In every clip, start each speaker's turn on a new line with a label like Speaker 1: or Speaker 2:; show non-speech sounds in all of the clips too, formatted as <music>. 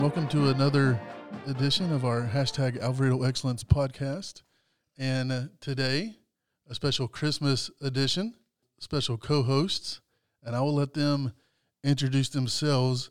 Speaker 1: welcome to another edition of our hashtag Alvarado Excellence podcast. And uh, today, a special Christmas edition, special co hosts, and I will let them introduce themselves.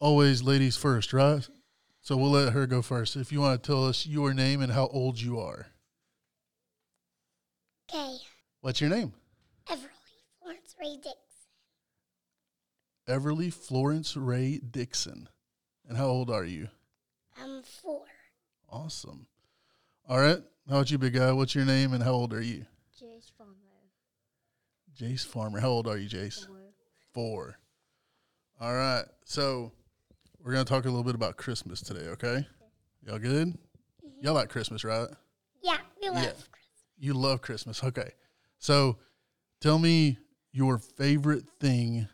Speaker 1: Always ladies first, right? So we'll let her go first. If you want to tell us your name and how old you are,
Speaker 2: Okay,
Speaker 1: what's your name?
Speaker 2: Everly Florence Ray Dix,
Speaker 1: Everly Florence Ray Dixon. And how old are you?
Speaker 2: I'm Um, four.
Speaker 1: Awesome. All right. How about you, big guy? What's your name and how old are you?
Speaker 2: Jace Farmer.
Speaker 1: Jace Farmer. How old are you, Jace? Four. All right. So we're going to talk a little bit about Christmas today, okay? Y'all good? Y'all like Christmas, right?
Speaker 2: Mm-hmm. Yeah, we love
Speaker 1: Yeah.
Speaker 2: Christmas.
Speaker 1: You love Christmas. Okay. So tell me your favorite thing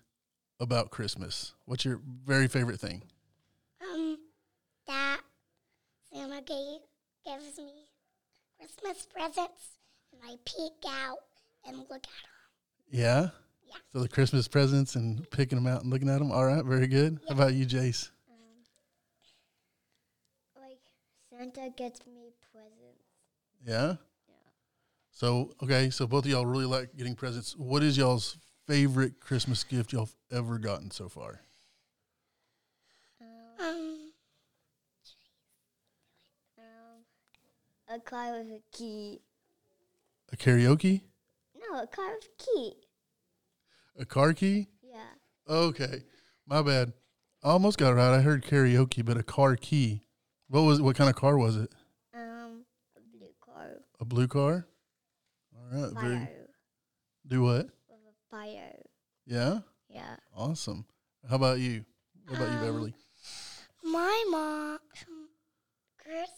Speaker 1: about Christmas. What's your very favorite thing?
Speaker 2: Um, that Santa gave, gives me Christmas presents, and I peek out and look at them.
Speaker 1: Yeah?
Speaker 2: Yeah.
Speaker 1: So the Christmas presents and picking them out and looking at them. All right. Very good. How about you, Jace?
Speaker 2: Like, Santa gets me presents.
Speaker 1: Yeah. So okay, so both of y'all really like getting presents. What is y'all's favorite Christmas gift y'all have ever gotten so far?
Speaker 2: Um,
Speaker 3: Um, a car with a key.
Speaker 1: A karaoke,
Speaker 3: No, a car with a key.
Speaker 1: a car key.
Speaker 3: Yeah.
Speaker 1: Okay, my bad. I almost got it right. I heard karaoke, but a car key. What was what kind of car was it?
Speaker 3: Um, a blue car.
Speaker 1: A blue car. All right, very-
Speaker 3: Fire.
Speaker 1: do what?
Speaker 3: With a fire.
Speaker 1: Yeah,
Speaker 3: Yeah.
Speaker 1: awesome. How about you? What about you,
Speaker 2: Um,
Speaker 1: Beverly?
Speaker 2: my mom, Christmas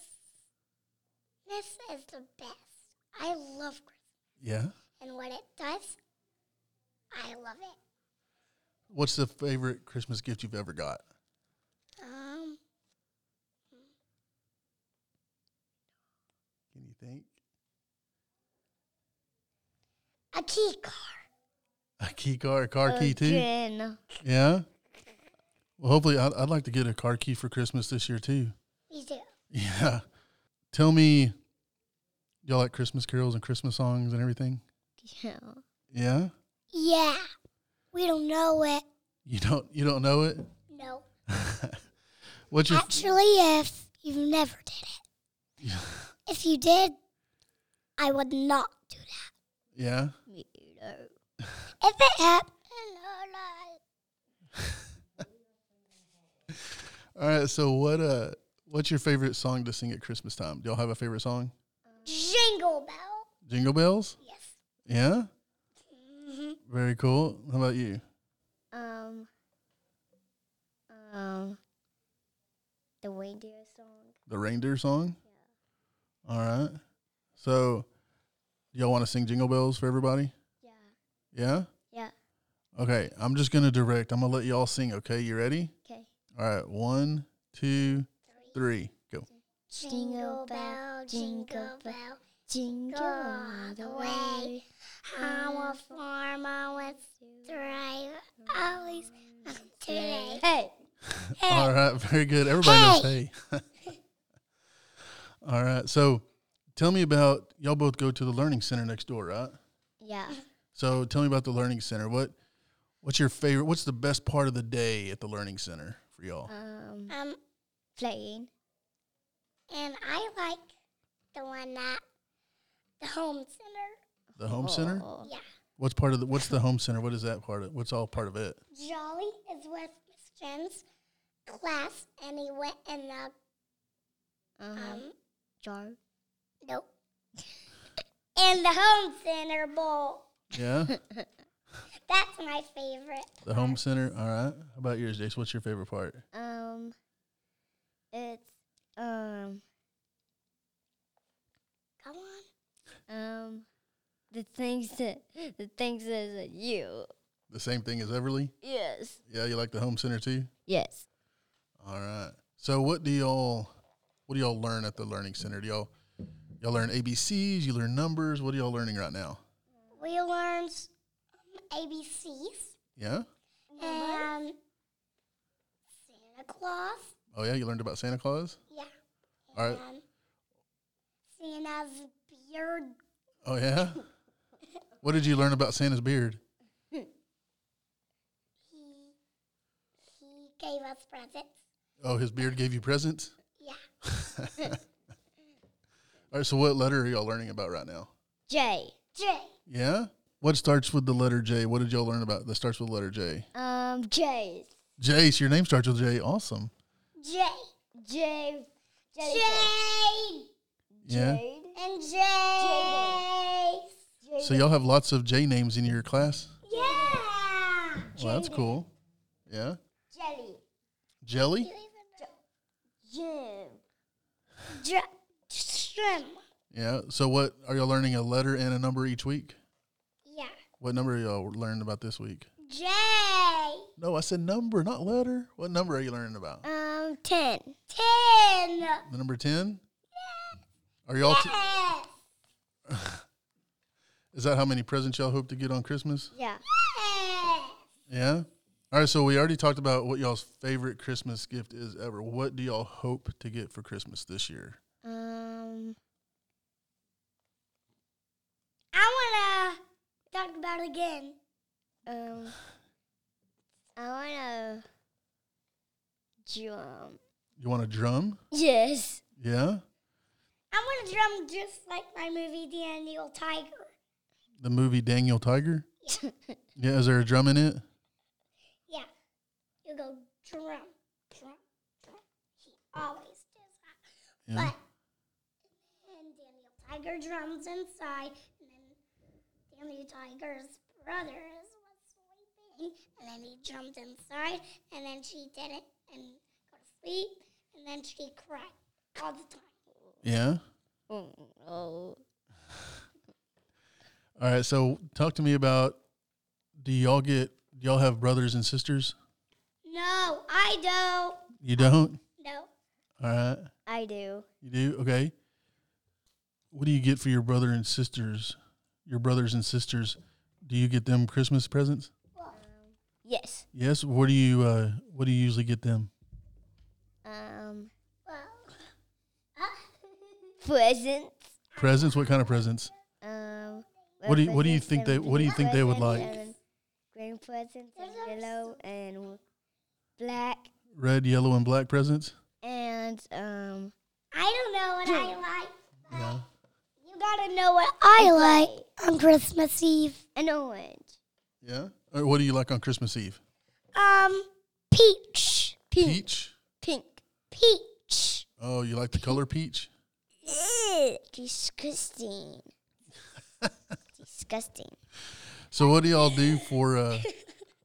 Speaker 2: is the best. I love Christmas.
Speaker 1: Yeah.
Speaker 2: and what it does, I love it.
Speaker 1: What's the favorite Christmas gift you've ever got?
Speaker 2: Um,
Speaker 1: Can you think?
Speaker 2: a key card.
Speaker 1: A key car, a car key
Speaker 3: a
Speaker 1: too.
Speaker 3: gin.
Speaker 1: Yeah. Well, hopefully, I'd, I'd like to get a car key for Christmas this year too. <laughs>
Speaker 2: We do.
Speaker 1: Yeah. Tell me, y'all like Christmas carols and Christmas songs and everything?
Speaker 3: Yeah.
Speaker 1: Yeah.
Speaker 2: Yeah, we don't know it.
Speaker 1: You don't you don't know it? <laughs>
Speaker 2: No,
Speaker 1: What's your <laughs>
Speaker 2: actually, if you never did it, if you did, I would not do that.
Speaker 1: yeah?
Speaker 3: Me either.
Speaker 2: If it happened, all right.
Speaker 1: All right. So what uh what's your favorite song to sing at Christmas time? Do y'all have a favorite song?
Speaker 2: jingle bell.
Speaker 1: Jingle bells.
Speaker 2: Yes.
Speaker 1: Yeah.
Speaker 3: Mm-hmm.
Speaker 2: hmm
Speaker 1: Very cool. How about you?
Speaker 3: Um, um, the reindeer song.
Speaker 1: The reindeer song. All right. So y'all want to sing jingle bells for everybody?
Speaker 3: Yeah.
Speaker 1: Yeah.
Speaker 3: Yeah.
Speaker 1: Okay, I'm just gonna direct. I'm gonna let y'all sing. Okay, you ready?
Speaker 3: Okay.
Speaker 1: All right, one, two, three, go.
Speaker 2: Jingle bell, jingle bell,
Speaker 3: Jingle
Speaker 2: go all the way. I'm a farmer with three ollies today.
Speaker 3: Hey.
Speaker 1: All right, <laughs> very good. Everybody knows hey. <laughs> All right, so tell me about y'all both go to the learning center next door, right?
Speaker 3: Yeah.
Speaker 1: So tell me about the learning center. What what's your favorite? What's the best part of the day at the learning center for y'all?
Speaker 3: Um,
Speaker 2: Um,
Speaker 3: playing.
Speaker 2: and I like the one that the home center.
Speaker 1: The home center.
Speaker 3: Oh.
Speaker 2: Yeah,
Speaker 1: What's part of the What's the home center? What is that part of? What's all part of it?
Speaker 2: Jolly is with Miss Jen's class, and he went in the
Speaker 3: Uh-huh.
Speaker 2: um
Speaker 3: Jar.
Speaker 2: nope. <laughs> In the home center bowl.
Speaker 1: Yeah,
Speaker 2: That's my favorite.
Speaker 1: the
Speaker 3: <laughs>
Speaker 1: home center. All right. How about yours, Jace? What's your favorite part?
Speaker 3: Um, it's um
Speaker 2: Come on.
Speaker 3: um the things that the things that is at you.
Speaker 1: The same thing as Everly.
Speaker 3: Yes.
Speaker 1: Yeah, you like the home center too.
Speaker 3: Yes.
Speaker 1: All right. So what do y'all what do y'all learn at the learning center? Do y'all y'all learn ABCs? You learn numbers? What are y'all learning right now?
Speaker 2: We learned um, ABCs
Speaker 1: Yeah.
Speaker 2: and Santa Claus
Speaker 1: Oh yeah, you learned about Santa Claus.
Speaker 2: Yeah.
Speaker 1: All right.
Speaker 2: And Santa's beard.
Speaker 1: Oh yeah. what did you learn about Santa's beard?
Speaker 2: He he gave us presents.
Speaker 1: Oh, his beard gave you presents. <laughs>
Speaker 2: Yeah.
Speaker 1: All right. So what letter are y'all learning about right now?
Speaker 3: J.
Speaker 2: J.
Speaker 1: Yeah. What starts with the letter J? What did y'all learn about that starts with the letter J?
Speaker 3: Um, J's.
Speaker 1: Jace, your name starts with J. Awesome.
Speaker 2: J.
Speaker 3: J.
Speaker 2: J.
Speaker 1: Yeah.
Speaker 3: Jade.
Speaker 2: And J.
Speaker 3: Jade.
Speaker 1: So y'all have lots of J names in your class.
Speaker 2: Yeah.
Speaker 1: Well, that's
Speaker 3: Jaden.
Speaker 1: cool. Yeah.
Speaker 3: Jelly.
Speaker 1: Jelly.
Speaker 3: Jim.
Speaker 2: J. Shrimp.
Speaker 1: Yeah. So what are y'all learning? A letter and a number each week.
Speaker 2: Yeah.
Speaker 1: What number are y'all learning about this week?
Speaker 2: J.
Speaker 1: No, I said number, not letter. What number are you learning about?
Speaker 3: Um, ten.
Speaker 2: Ten.
Speaker 1: The number ten. Are y'all? T-
Speaker 2: Yes.
Speaker 1: is that how many presents y'all hope to get on Christmas?
Speaker 3: Yeah.
Speaker 2: Yes.
Speaker 1: Yeah. All right. So we already talked about what y'all's favorite Christmas gift is ever. What do y'all hope to get for Christmas this year?
Speaker 3: Um,
Speaker 2: I wanna talk about it again.
Speaker 3: um, I wanna jump.
Speaker 1: You want a drum?
Speaker 3: Yes.
Speaker 1: Yeah.
Speaker 2: I want to drum just like my movie Daniel Tiger.
Speaker 1: The movie Daniel Tiger. Yeah. Is there a drum in it?
Speaker 2: Yeah, you go drum, drum, drum. He always does that.
Speaker 1: Yeah.
Speaker 2: But and Daniel Tiger drums inside, and then Daniel Tiger's brother is was sleeping, and then he jumped inside, and then she did it and go to sleep, and then she cried all the time.
Speaker 1: Yeah.
Speaker 3: Oh,
Speaker 1: All
Speaker 3: no.
Speaker 1: right. So talk to me about. Do y'all get? Do y'all have brothers and sisters?
Speaker 2: No, I don't.
Speaker 1: You don't.
Speaker 2: No,
Speaker 1: All right.
Speaker 3: I do.
Speaker 1: You do? Okay. What do you get for your brother and sisters? Your brothers and sisters, do you get them Christmas presents?
Speaker 3: Yes.
Speaker 1: Yes. What do you uh what do you usually get them?
Speaker 3: Um,
Speaker 2: well, Uh,
Speaker 3: presents.
Speaker 1: Presents? What kind of presents?
Speaker 3: Um,
Speaker 1: What do you- what do you
Speaker 3: presents
Speaker 1: think
Speaker 3: and
Speaker 1: they- what do you think they would like?
Speaker 3: presents and Green presents and yellow and black
Speaker 1: Red, yellow, and black presents?
Speaker 3: and um.
Speaker 2: <laughs> I don't know what I like.
Speaker 1: Yeah.
Speaker 2: You gotta know what I like on Christmas Eve.
Speaker 3: An orange.
Speaker 1: Yeah. Or what do you like on Christmas Eve?
Speaker 2: Um, peach,
Speaker 1: Peach?
Speaker 3: Pink.
Speaker 2: peach.
Speaker 1: Oh, you like the color peach?
Speaker 3: Ugh,
Speaker 1: <laughs>
Speaker 3: disgusting. disgusting.
Speaker 1: So what do y'all do for uh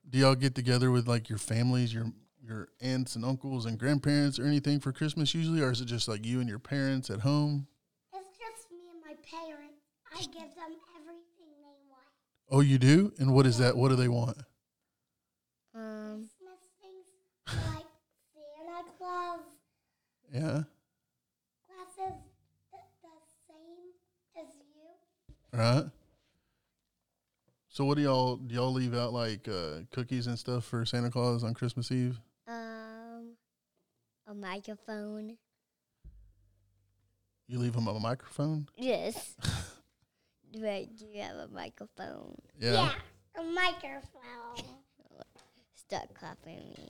Speaker 1: do y'all get together with like your families, your your aunts and uncles and grandparents or anything for Christmas usually, or is it just like you and your parents at home?
Speaker 2: It's just me and my parents. I give them everything they want.
Speaker 1: Oh, you do? And what is that? What do they want?
Speaker 3: Um.
Speaker 2: Christmas things like Santa Claus
Speaker 1: Yeah.
Speaker 2: glasses the, the same as
Speaker 1: All
Speaker 2: you.
Speaker 1: right. So what do y'all do y'all leave out like uh, cookies and stuff for Santa Claus on Christmas Eve?
Speaker 3: Um. A microphone.
Speaker 1: You leave him a microphone? <laughs>
Speaker 3: Yes. Wait, do you have a microphone?
Speaker 1: Yeah.
Speaker 2: a microphone.
Speaker 3: Stop clapping me.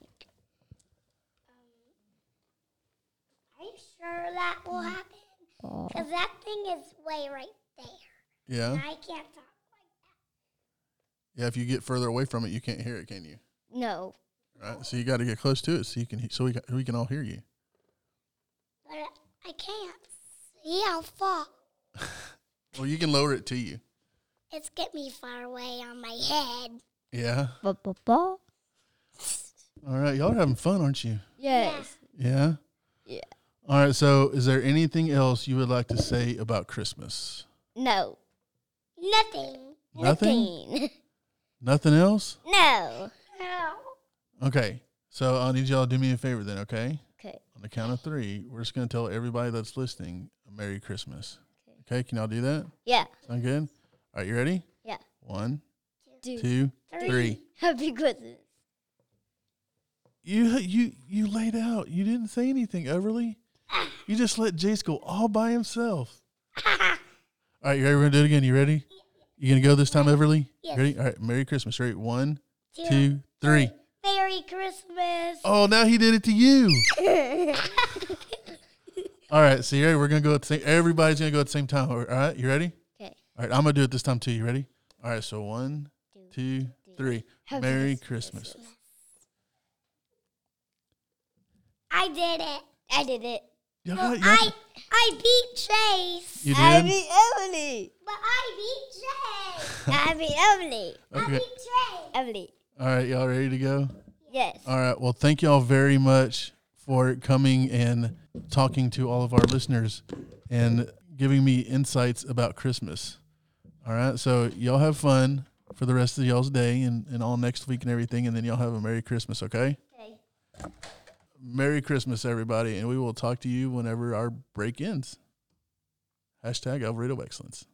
Speaker 2: Are you sure that will happen? Because that thing is way right there.
Speaker 1: Yeah.
Speaker 2: I can't talk like
Speaker 1: Yeah, if you get further away from it, you can't hear it, can you?
Speaker 3: No.
Speaker 1: All right. So you got to get close to it so you can he- so we, ca- we can all hear you.
Speaker 2: that, but I can't see how far.
Speaker 1: Well, you can lower it to you.
Speaker 2: It's get me far away on my head.
Speaker 1: Yeah.
Speaker 3: Ba-ba-ba.
Speaker 1: All right. Y'all are having fun, aren't you?
Speaker 3: Yes.
Speaker 1: Yeah.
Speaker 3: Yeah.
Speaker 1: All right. So, is there anything else you would like to say about Christmas?
Speaker 3: No.
Speaker 2: Nothing.
Speaker 3: Nothing. <laughs>
Speaker 1: Nothing else?
Speaker 3: no.
Speaker 2: No.
Speaker 1: Okay. So I need y'all to do me a favor then, okay?
Speaker 3: Okay.
Speaker 1: On the count of three, we're just gonna tell everybody that's listening a Merry Christmas. Okay, can y'all do that?
Speaker 3: Yeah.
Speaker 1: Sound good? All right, you ready?
Speaker 3: Yeah.
Speaker 1: One,
Speaker 3: Dude.
Speaker 1: two, three.
Speaker 3: Happy Christmas.
Speaker 1: You you you laid out. You didn't say anything, Everly. You just let Jace go all by himself. All right, you ready? We're gonna do it again. You ready? You gonna go this time, Everly?
Speaker 2: Yes.
Speaker 1: Ready? All right. Merry Christmas. Ready? One, two, three.
Speaker 2: Merry Christmas.
Speaker 1: Oh, now he did it to <laughs> you. all right. So you ready? We're gonna go at the same. Everybody's gonna go at the same time. All right. You ready?
Speaker 3: Okay.
Speaker 1: All right. I'm gonna do it this time too. You ready? All right. So one, two, three.
Speaker 3: Happy
Speaker 1: Merry Christmas.
Speaker 2: I did it.
Speaker 3: I did it.
Speaker 1: Y'all
Speaker 2: No,
Speaker 1: got- y'all-
Speaker 2: I I beat Chase.
Speaker 1: you
Speaker 3: I
Speaker 1: did.
Speaker 3: beat Emily.
Speaker 2: But I beat Chase.
Speaker 3: I
Speaker 1: <laughs>
Speaker 3: beat Emily.
Speaker 2: I
Speaker 1: Okay.
Speaker 2: beat Chase.
Speaker 3: Emily.
Speaker 1: All right. Y'all ready to go?
Speaker 3: Yes.
Speaker 1: All right. Well, thank y'all very much for coming and talking to all of our listeners and giving me insights about Christmas. All right. So y'all have fun for the rest of y'all's day and, and all next week and everything. And then y'all have a Merry Christmas, okay?
Speaker 3: Okay.
Speaker 1: Merry Christmas, everybody. And we will talk to you whenever our break ends. Hashtag Alvarado Excellence.